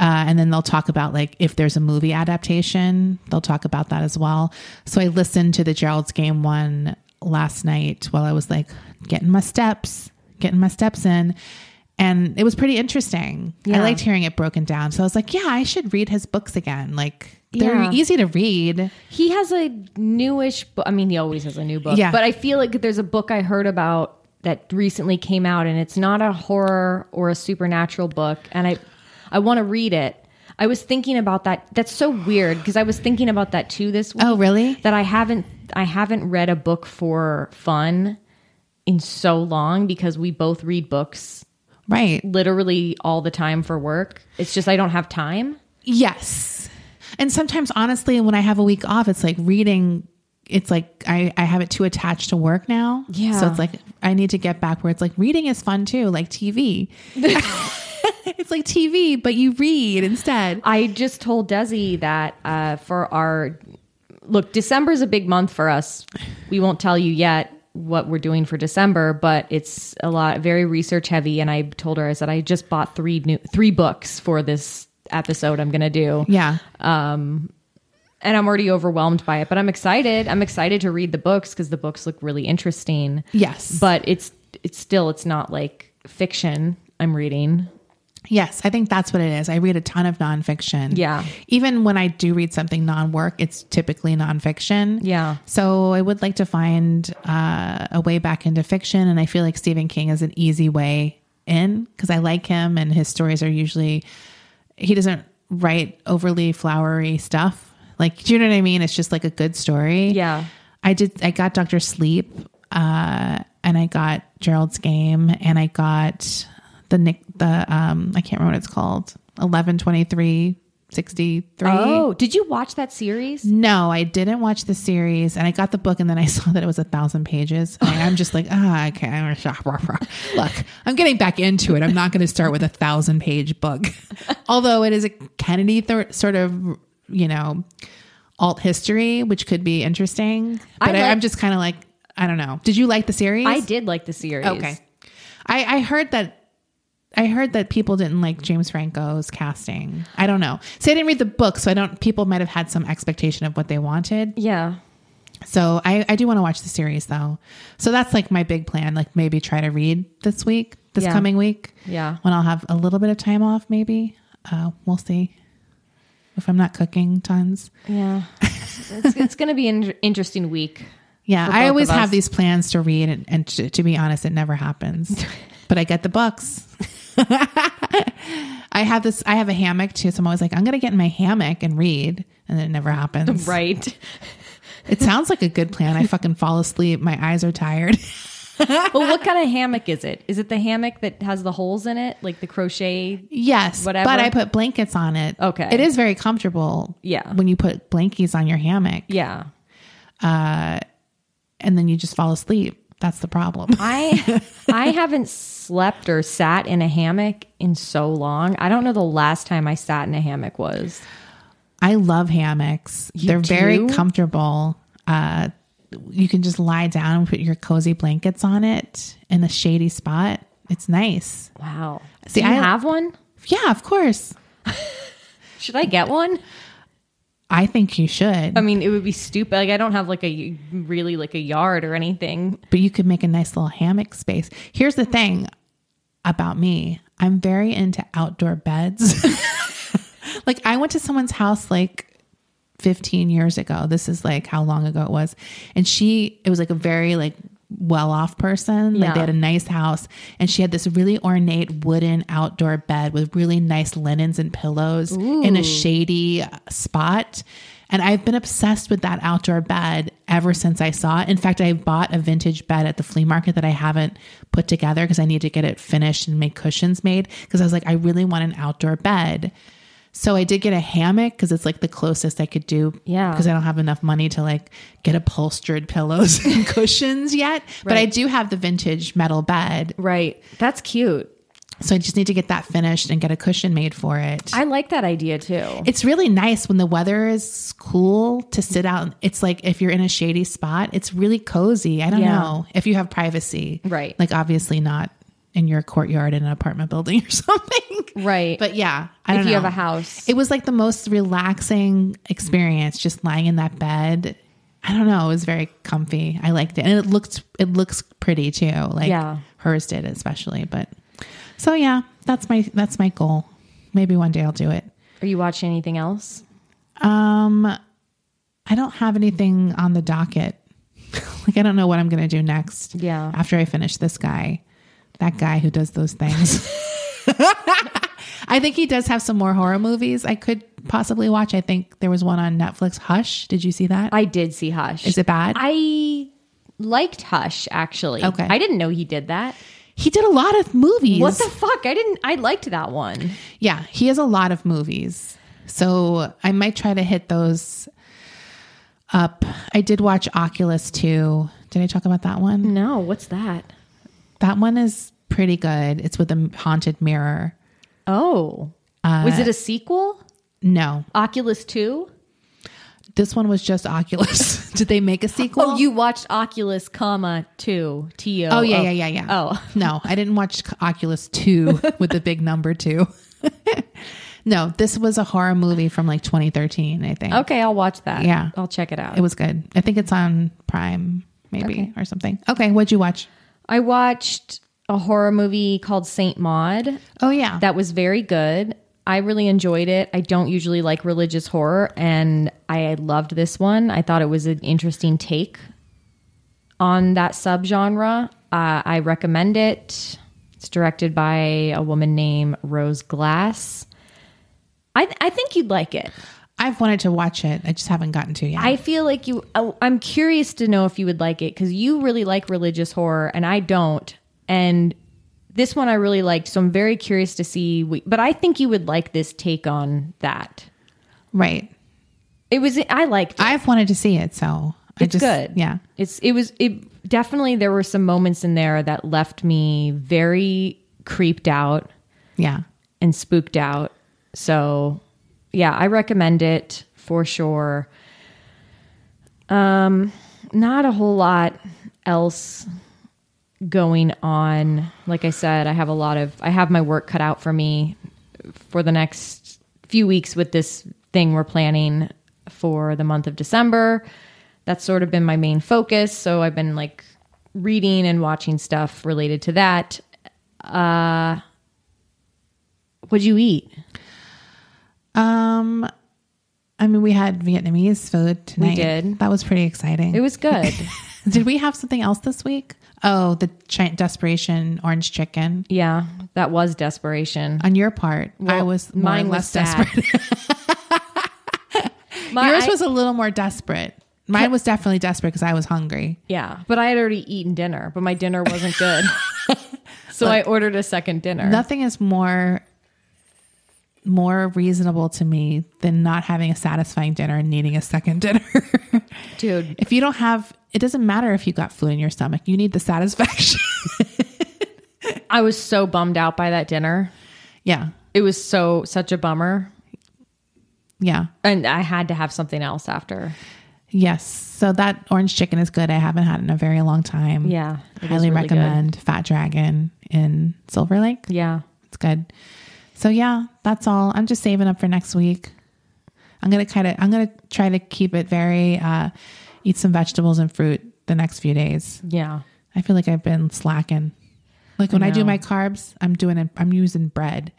Speaker 3: Uh, and then they'll talk about like if there's a movie adaptation, they'll talk about that as well. So I listened to the Gerald's Game one last night while I was like getting my steps, getting my steps in. And it was pretty interesting. I liked hearing it broken down. So I was like, yeah, I should read his books again. Like they're
Speaker 1: Yeah.
Speaker 3: easy to read.
Speaker 1: He has a newish book. I mean, he always has a new book.
Speaker 3: Yeah.
Speaker 1: But I feel like there's a book I heard about that recently came out, and it's not a horror or a supernatural book, and I, I want to read it. I was thinking about that. That's so weird because I was thinking about that too this week.
Speaker 3: Oh, really?
Speaker 1: That I haven't I haven't read a book for fun in so long because we both read books
Speaker 3: Right.
Speaker 1: literally all the time for work. It's just I don't have time.
Speaker 3: Yes. And sometimes, honestly, when I have a week off, it's like reading. It's like I, I have it too attached to work now.
Speaker 1: Yeah.
Speaker 3: So it's like I need to get back where it's like reading is fun too, like TV. it's like TV, but you read instead.
Speaker 1: I just told Desi that uh, for our look, December's a big month for us. We won't tell you yet what we're doing for December, but it's a lot very research heavy. And I told her I said I just bought three new three books for this episode I'm going to do,
Speaker 3: Yeah.
Speaker 1: and I'm already overwhelmed by it, but I'm excited. I'm excited to read the books because the books look really interesting.
Speaker 3: Yes.
Speaker 1: But it's it's still it's not like fiction I'm reading.
Speaker 3: Yes, I think that's what it is. I read a ton of nonfiction.
Speaker 1: Yeah.
Speaker 3: Even when I do read something non work, it's typically nonfiction.
Speaker 1: Yeah.
Speaker 3: So I would like to find uh, a way back into fiction. And I feel like Stephen King is an easy way in because I like him and his stories are usually, he doesn't write overly flowery stuff. Like, do you know what I mean? It's just like a good story.
Speaker 1: Yeah.
Speaker 3: I did, I got Dr. Sleep uh, and I got Gerald's Game and I got the Nick, the, um, I can't remember what it's called, 1123 63.
Speaker 1: Oh, did you watch that series?
Speaker 3: No, I didn't watch the series, and I got the book, and then I saw that it was a thousand pages. And I'm just like, ah, okay, I'm gonna shop. rah, rah. Look, I'm getting back into it. I'm not going to start with a thousand page book, although it is a Kennedy thir- sort of, you know, alt history, which could be interesting.
Speaker 1: I
Speaker 3: But I
Speaker 1: like-
Speaker 3: I'm just kind of like, I don't know. Did you like the series?
Speaker 1: I did like the series.
Speaker 3: Okay, I, I heard that. I heard that people didn't like James Franco's casting. I don't know. So I didn't read the book, so I don't. People might have had some expectation of what they wanted.
Speaker 1: Yeah.
Speaker 3: So I, I do want to watch the series though. So that's like my big plan. Like maybe try to read this week, this
Speaker 1: Yeah.
Speaker 3: coming week.
Speaker 1: Yeah.
Speaker 3: When I'll have a little bit of time off, maybe. Uh, we'll see. If I'm not cooking tons.
Speaker 1: Yeah. it's it's going to be an interesting week.
Speaker 3: Yeah,
Speaker 1: For both
Speaker 3: I always
Speaker 1: of us.
Speaker 3: have these plans to read, and, and to, to be honest, it never happens. but I get the books. I have this. I have a hammock too, so I'm always like, I'm gonna get in my hammock and read, and it never happens.
Speaker 1: Right.
Speaker 3: It sounds like a good plan. I fucking fall asleep. My eyes are tired.
Speaker 1: well, what kind of hammock is it? Is it the hammock that has the holes in it, like the crochet?
Speaker 3: Yes,
Speaker 1: Whatever.
Speaker 3: But I put blankets on it.
Speaker 1: Okay.
Speaker 3: it is very comfortable.
Speaker 1: Yeah.
Speaker 3: when you put blankies on your hammock,
Speaker 1: Yeah.
Speaker 3: and then you just fall asleep. That's the problem.
Speaker 1: I I haven't slept or sat in a hammock in so long. I don't know the last time I sat in a hammock was.
Speaker 3: I love hammocks. They're very
Speaker 1: do?
Speaker 3: comfortable. Uh, you can just lie down and put your cozy blankets on it in a shady spot. It's nice.
Speaker 1: Wow.
Speaker 3: See,
Speaker 1: Do you
Speaker 3: I-
Speaker 1: have one?
Speaker 3: Yeah, of course.
Speaker 1: Should I get one?
Speaker 3: I think you should.
Speaker 1: I mean, it would be stupid. Like I don't have like a really like a yard or anything.
Speaker 3: but you could make a nice little hammock space. Here's the thing about me I'm very into outdoor beds. like, I went to someone's house like 15 years ago. This is like how long ago it was. And she, it was like a very like, well off person. Like
Speaker 1: Yeah.
Speaker 3: they had a nice house and she had this really ornate wooden outdoor bed with really nice linens and pillows in a shady uh, spot. And I've been obsessed with that outdoor bed ever since I saw it. In fact, I bought a vintage bed at the flea market that I haven't put together because I need to get it finished and make cushions made because I was like, I really want an outdoor bed. So I did get a hammock because it's like the closest I could do.
Speaker 1: Yeah.
Speaker 3: Because I don't have enough money to like get upholstered pillows and cushions yet. But I
Speaker 1: Right.
Speaker 3: do have the vintage metal bed.
Speaker 1: Right. That's cute.
Speaker 3: So I just need to get that finished and get a cushion made for it.
Speaker 1: I like that idea too.
Speaker 3: it's really nice when the weather is cool to sit out. It's like if you're in a shady spot, it's really cozy. I don't
Speaker 1: Yeah.
Speaker 3: know if you have privacy.
Speaker 1: Right.
Speaker 3: Like obviously not in your courtyard in an apartment building or something.
Speaker 1: Right.
Speaker 3: But yeah, I don't
Speaker 1: if you
Speaker 3: know.
Speaker 1: have a house.
Speaker 3: It was like the most relaxing experience, just lying in that bed. I don't know. It was very comfy. I liked it, and it looked it looks pretty too. Like
Speaker 1: Yeah.
Speaker 3: hers did, especially. But so yeah, that's my that's my goal. Maybe one day I'll do it.
Speaker 1: Are you watching anything else?
Speaker 3: Um, I don't have anything on the docket. like I don't know what I'm gonna do next.
Speaker 1: Yeah.
Speaker 3: after I finish this guy, that guy who does those things. I think he does have some more horror movies I could possibly watch. I think there was one on Netflix, Hush. Did you see that?
Speaker 1: I did see Hush.
Speaker 3: Is it bad?
Speaker 1: I liked Hush actually.
Speaker 3: Okay.
Speaker 1: I didn't know he did that.
Speaker 3: he did a lot of movies.
Speaker 1: What the fuck? I didn't I liked that one.
Speaker 3: yeah, he has a lot of movies. So I might try to hit those up. I did watch Oculus 2. Did I talk about that one?
Speaker 1: No, what's that?
Speaker 3: That one is pretty good. It's with a haunted mirror.
Speaker 1: Oh.
Speaker 3: Uh,
Speaker 1: was it a sequel?
Speaker 3: No,
Speaker 1: Oculus 2?
Speaker 3: this one was just Oculus. Did they make a sequel?
Speaker 1: oh, you watched Oculus, comma 2, T O.
Speaker 3: Oh yeah, yeah, yeah, yeah.
Speaker 1: Oh.
Speaker 3: no, I didn't watch Oculus Two with the big number two. No, this was a horror movie from like 2013, I think.
Speaker 1: Okay, I'll watch that.
Speaker 3: Yeah.
Speaker 1: I'll check it out.
Speaker 3: It was good. I think it's on Prime, maybe,
Speaker 1: Okay.
Speaker 3: or something. Okay, what'd you watch?
Speaker 1: I watched a horror movie called Saint Maud.
Speaker 3: Oh, yeah.
Speaker 1: That was very good. I really enjoyed it. I don't usually like religious horror, and I loved this one. I thought it was an interesting take on that subgenre. Uh, I recommend it. It's directed by a woman named Rose Glass. I, I think you'd like it.
Speaker 3: I've wanted to watch it. I just haven't gotten to yet.
Speaker 1: I feel like you. I- I'm curious to know if you would like it because you really like religious horror and I don't. And this one I really liked, so I'm very curious to see. What, but I think you would like this take on that.
Speaker 3: right.
Speaker 1: It was. I liked. It.
Speaker 3: I've wanted to see it, so I
Speaker 1: It's
Speaker 3: just
Speaker 1: good.
Speaker 3: Yeah.
Speaker 1: It's. It was. It definitely there were some moments in there that left me very creeped out
Speaker 3: Yeah.
Speaker 1: and spooked out. So, yeah, I recommend it for sure. Um, not a whole lot else going on. Like I said, I have a lot of I have my work cut out for me for the next few weeks with this thing we're planning for the month of December. That's sort of been my main focus, so I've been like reading and watching stuff related to that. What'd you eat?
Speaker 3: Um, I mean, we had Vietnamese food tonight.
Speaker 1: did.
Speaker 3: That was pretty exciting.
Speaker 1: It was good.
Speaker 3: Did we have something else this week? Oh, the chi- desperation orange chicken.
Speaker 1: Yeah, that was desperation.
Speaker 3: On your part, I was more
Speaker 1: mine
Speaker 3: or
Speaker 1: was
Speaker 3: less
Speaker 1: sad.
Speaker 3: desperate.
Speaker 1: My-
Speaker 3: Uh, Yours
Speaker 1: I-
Speaker 3: was a little more desperate. Mine was definitely desperate because I was hungry.
Speaker 1: yeah, but I had already eaten dinner, but my dinner wasn't good. so I ordered a second dinner.
Speaker 3: Nothing is more more reasonable to me than not having a satisfying dinner and needing a second dinner.
Speaker 1: Dude,
Speaker 3: if you don't have, it doesn't matter if you got food in your stomach. You need the satisfaction.
Speaker 1: I was so bummed out by that dinner.
Speaker 3: yeah,
Speaker 1: It was so such a bummer,
Speaker 3: yeah,
Speaker 1: and I had to have something else after.
Speaker 3: yes. So that orange chicken is good. I haven't had it in a very long time.
Speaker 1: Yeah, it was
Speaker 3: highly
Speaker 1: really
Speaker 3: recommend Fat Dragon in Silver Lake.
Speaker 1: Good. Yeah.
Speaker 3: It's good. So yeah, that's all. I'm just saving up for next week. I'm gonna kind of I'm gonna try to keep it very uh, eat some vegetables and fruit the next few days.
Speaker 1: Yeah.
Speaker 3: I feel like I've been slacking. Like when I, do
Speaker 1: know.
Speaker 3: my carbs, I'm doing it. I'm using bread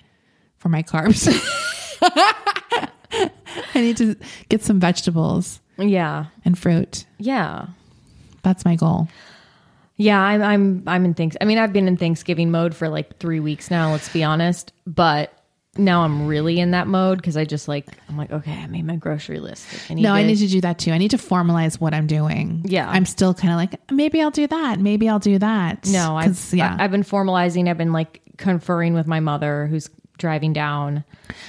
Speaker 3: for my carbs. I need to get some vegetables
Speaker 1: Yeah.
Speaker 3: and fruit.
Speaker 1: Yeah.
Speaker 3: That's my goal.
Speaker 1: Yeah, I'm I'm I'm in thanks. I mean, I've been in Thanksgiving mode for like three weeks now. Let's be honest, but now I'm really in that mode because I just like I'm like okay, I made my grocery list. Like,
Speaker 3: No, I need to do that too. I need to formalize what I'm doing.
Speaker 1: Yeah.
Speaker 3: I'm still kind of like, maybe I'll do that. Maybe I'll do that.
Speaker 1: No, I,
Speaker 3: 'Cause, yeah.
Speaker 1: I, have been formalizing. I've been like conferring with my mother, who's driving down.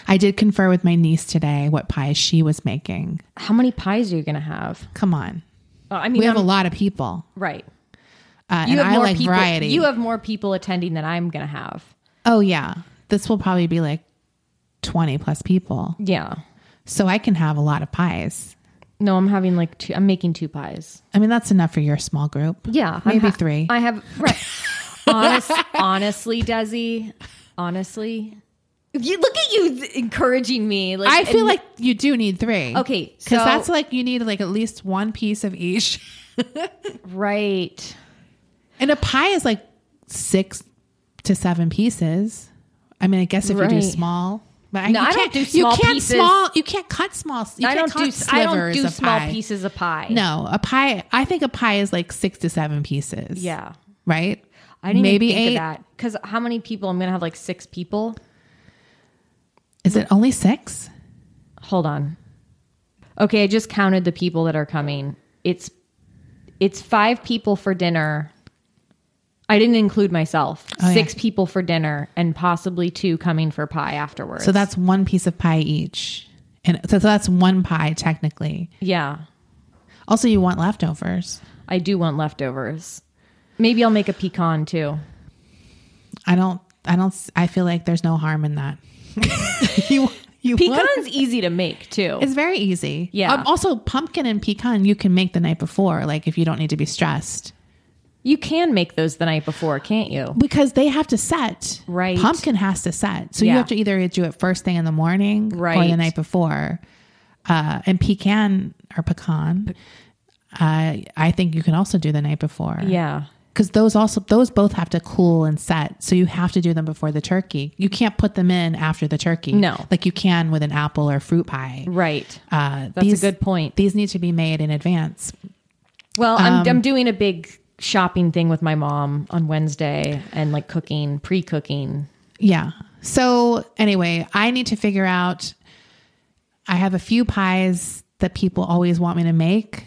Speaker 3: I did confer with my niece today what pies she was making.
Speaker 1: How many pies are you gonna have?
Speaker 3: Come on.
Speaker 1: Uh, I mean,
Speaker 3: We have a
Speaker 1: I'm-
Speaker 3: lot of people.
Speaker 1: right.
Speaker 3: Uh, and I like
Speaker 1: people.
Speaker 3: variety.
Speaker 1: You have more people attending than I'm gonna have.
Speaker 3: oh, yeah. This will probably be like 20 plus people.
Speaker 1: Yeah.
Speaker 3: So I can have a lot of pies.
Speaker 1: No, I'm having like two. I'm making two pies.
Speaker 3: I mean, that's enough for your small group.
Speaker 1: Yeah, I
Speaker 3: Maybe
Speaker 1: ha-
Speaker 3: three.
Speaker 1: I have right. Honest, honestly, Desi, honestly, you look at you th- encouraging me. Like
Speaker 3: I feel
Speaker 1: and-
Speaker 3: like you do need three.
Speaker 1: Okay,
Speaker 3: Because
Speaker 1: so-
Speaker 3: that's like you need like at least one piece of each.
Speaker 1: right.
Speaker 3: And a pie is like six to seven pieces. I mean, I guess if you
Speaker 1: Right.
Speaker 3: do small, but I,
Speaker 1: No,
Speaker 3: you
Speaker 1: I don't
Speaker 3: can't-
Speaker 1: do small
Speaker 3: you can't
Speaker 1: pieces.
Speaker 3: Small, you can't cut small. You
Speaker 1: I
Speaker 3: can't
Speaker 1: don't
Speaker 3: cut
Speaker 1: do I
Speaker 3: slivers
Speaker 1: don't do
Speaker 3: of
Speaker 1: small
Speaker 3: pie.
Speaker 1: pieces of pie.
Speaker 3: No, a pie. I think a pie is like six to seven pieces.
Speaker 1: Yeah,
Speaker 3: right.
Speaker 1: I didn't maybe
Speaker 3: maybe
Speaker 1: even think
Speaker 3: eight.
Speaker 1: of that because how many people? I'm gonna have like six people.
Speaker 3: Is it only six?
Speaker 1: Hold on. Okay, I just counted the people that are coming. It's it's five people for dinner. I didn't include myself.
Speaker 3: Oh, yeah.
Speaker 1: Six people for dinner and possibly two coming for pie afterwards.
Speaker 3: So that's one piece of pie each, and so, so that's one pie technically.
Speaker 1: yeah.
Speaker 3: Also, you want leftovers.
Speaker 1: I do want leftovers. Maybe I'll make a pecan too.
Speaker 3: I don't. I don't. s- I feel like there's no harm in that. you you want-
Speaker 1: Pecan's easy to make too.
Speaker 3: It's very easy.
Speaker 1: Yeah.
Speaker 3: Um, also, pumpkin and pecan you can make the night before, like if you don't need to be stressed.
Speaker 1: You can make those the night before, can't you?
Speaker 3: because they have to set.
Speaker 1: Right.
Speaker 3: Pumpkin has to set. So
Speaker 1: Yeah.
Speaker 3: you have to either do it first thing in the morning or
Speaker 1: Right.
Speaker 3: the night before. Uh, and pecan or pecan, uh, I think you can also do the night before.
Speaker 1: Yeah.
Speaker 3: Because those also, those both have to cool and set. So you have to do them before the turkey. You can't put them in after the turkey.
Speaker 1: No.
Speaker 3: Like you can with an apple or fruit pie.
Speaker 1: Right.
Speaker 3: Uh,
Speaker 1: That's
Speaker 3: these-
Speaker 1: a good point.
Speaker 3: These need to be made in advance.
Speaker 1: Well,
Speaker 3: Um,
Speaker 1: I'm, I'm doing a big shopping thing with my mom on Wednesday and like cooking, pre cooking.
Speaker 3: Yeah. So anyway, I need to figure out. I have a few pies that people always want me to make.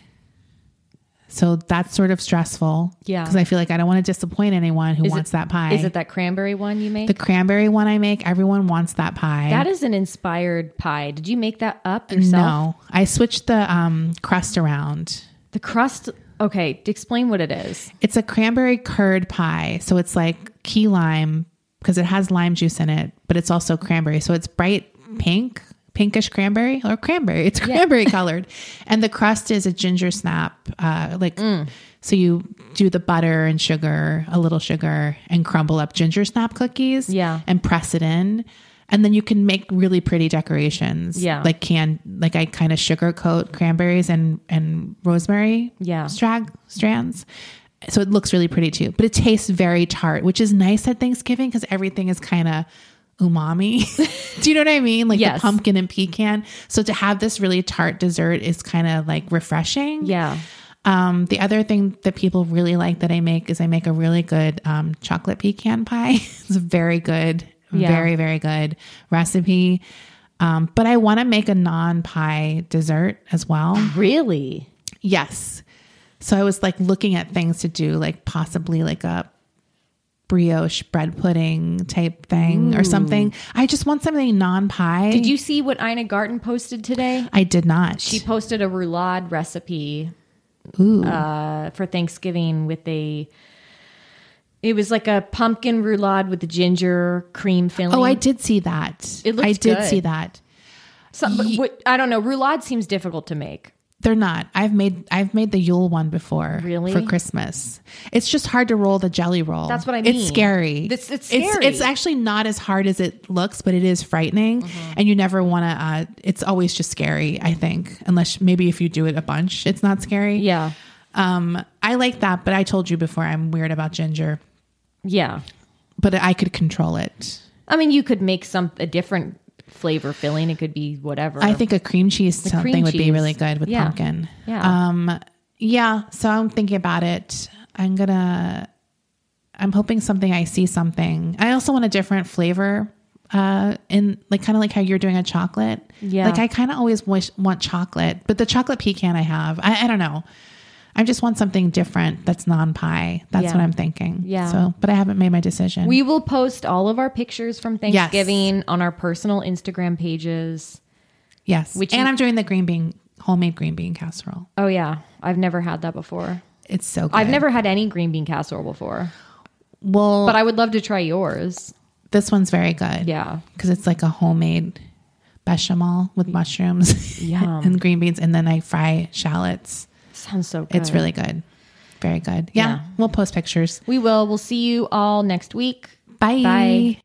Speaker 3: So that's sort of stressful.
Speaker 1: Yeah.
Speaker 3: Because I feel like I don't want to disappoint anyone who
Speaker 1: Is it-
Speaker 3: wants that pie.
Speaker 1: Is it that cranberry one you make?
Speaker 3: the cranberry one I make? Everyone wants that pie.
Speaker 1: that is an inspired pie. Did you make that up yourself?
Speaker 3: no. I switched the um, crust around.
Speaker 1: The crust. Okay, to explain what it is.
Speaker 3: It's a cranberry curd pie. So it's like key lime because it has lime juice in it, but it's also cranberry. So it's bright pink, pinkish cranberry or cranberry. It's cranberry colored. And the crust is a ginger snap. Uh, like,
Speaker 1: Mm.
Speaker 3: so you do the butter and sugar, a little sugar, and crumble up ginger snap cookies.
Speaker 1: Yeah.
Speaker 3: And press it in. And then you can make really pretty decorations.
Speaker 1: Yeah.
Speaker 3: Like can like I kind of sugarcoat cranberries and and rosemary
Speaker 1: Yeah.
Speaker 3: strag strands. So it looks really pretty too, but it tastes very tart, which is nice at Thanksgiving because everything is kind of umami. Do you know what I mean? Like
Speaker 1: Yes.
Speaker 3: the pumpkin and pecan. So to have this really tart dessert is kind of like refreshing.
Speaker 1: Yeah.
Speaker 3: Um, the other thing that people really like that I make is I make a really good um, chocolate pecan pie. it's a very good,
Speaker 1: Yeah.
Speaker 3: very, very good recipe. Um, but I want to make a non pie dessert as well.
Speaker 1: Really?
Speaker 3: Yes. So I was like looking at things to do, like possibly like a brioche bread pudding type thing or something. I just want something non pie.
Speaker 1: Did you see what Ina Garten posted today?
Speaker 3: I did not.
Speaker 1: She posted a roulade recipe Uh, for Thanksgiving with a. It was like a pumpkin roulade with the ginger cream filling.
Speaker 3: oh, I did see that.
Speaker 1: It looks
Speaker 3: I did
Speaker 1: good.
Speaker 3: see that.
Speaker 1: Some, but what, I don't know. Roulade seems difficult to make.
Speaker 3: They're not. I've made I've made the Yule one before.
Speaker 1: Really?
Speaker 3: For Christmas. It's just hard to roll the jelly roll.
Speaker 1: That's what I
Speaker 3: It's
Speaker 1: mean.
Speaker 3: scary.
Speaker 1: It's- it's scary.
Speaker 3: It's, actually not as hard as it looks, but it is frightening.
Speaker 1: Mm-hmm.
Speaker 3: And you never want to uh it's always just scary, I think. Unless maybe if you do it a bunch, it's not scary.
Speaker 1: Yeah.
Speaker 3: Um I like that, but I told you before I'm weird about ginger.
Speaker 1: Yeah.
Speaker 3: But I could control it.
Speaker 1: I mean, you could make some a different flavor filling. It could be whatever.
Speaker 3: I think a cream cheese something
Speaker 1: Uh, cream
Speaker 3: would be
Speaker 1: cheese.
Speaker 3: really good with
Speaker 1: Yeah.
Speaker 3: pumpkin.
Speaker 1: Yeah.
Speaker 3: Um, yeah. So I'm thinking about it. I'm gonna. I'm hoping something. I see something. I also want a different flavor. Uh, in like kind of like how you're doing a chocolate.
Speaker 1: Yeah.
Speaker 3: Like I kind of always wish want chocolate, but the chocolate pecan I have, I, I don't know. I just want something different that's non pie. That's
Speaker 1: Yeah.
Speaker 3: what I'm thinking.
Speaker 1: Yeah.
Speaker 3: So, but I haven't made my decision.
Speaker 1: we will post all of our pictures from
Speaker 3: Yes.
Speaker 1: Thanksgiving on our personal Instagram pages.
Speaker 3: yes.
Speaker 1: Which
Speaker 3: and
Speaker 1: you-
Speaker 3: I'm doing the green bean homemade green bean casserole.
Speaker 1: Oh yeah, I've never had that before.
Speaker 3: It's so good.
Speaker 1: I've never had any green bean casserole before,
Speaker 3: well,
Speaker 1: but I would love to try yours.
Speaker 3: This one's very good.
Speaker 1: Yeah.
Speaker 3: Because it's like a homemade bechamel with mushrooms
Speaker 1: Yum.
Speaker 3: and green beans. And then I fry shallots.
Speaker 1: Sounds so good.
Speaker 3: It's really good. Very good. Yeah.
Speaker 1: Yeah.
Speaker 3: We'll post pictures.
Speaker 1: We will. We'll see you all next week.
Speaker 3: Bye.
Speaker 1: Bye.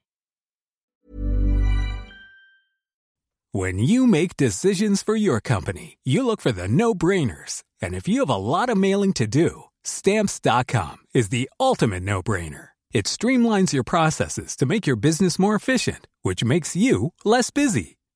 Speaker 5: When you make decisions for your company, you look for the no brainers. And if you have a lot of mailing to do, stamps.com is the ultimate no brainer. It streamlines your processes to make your business more efficient, which makes you less busy.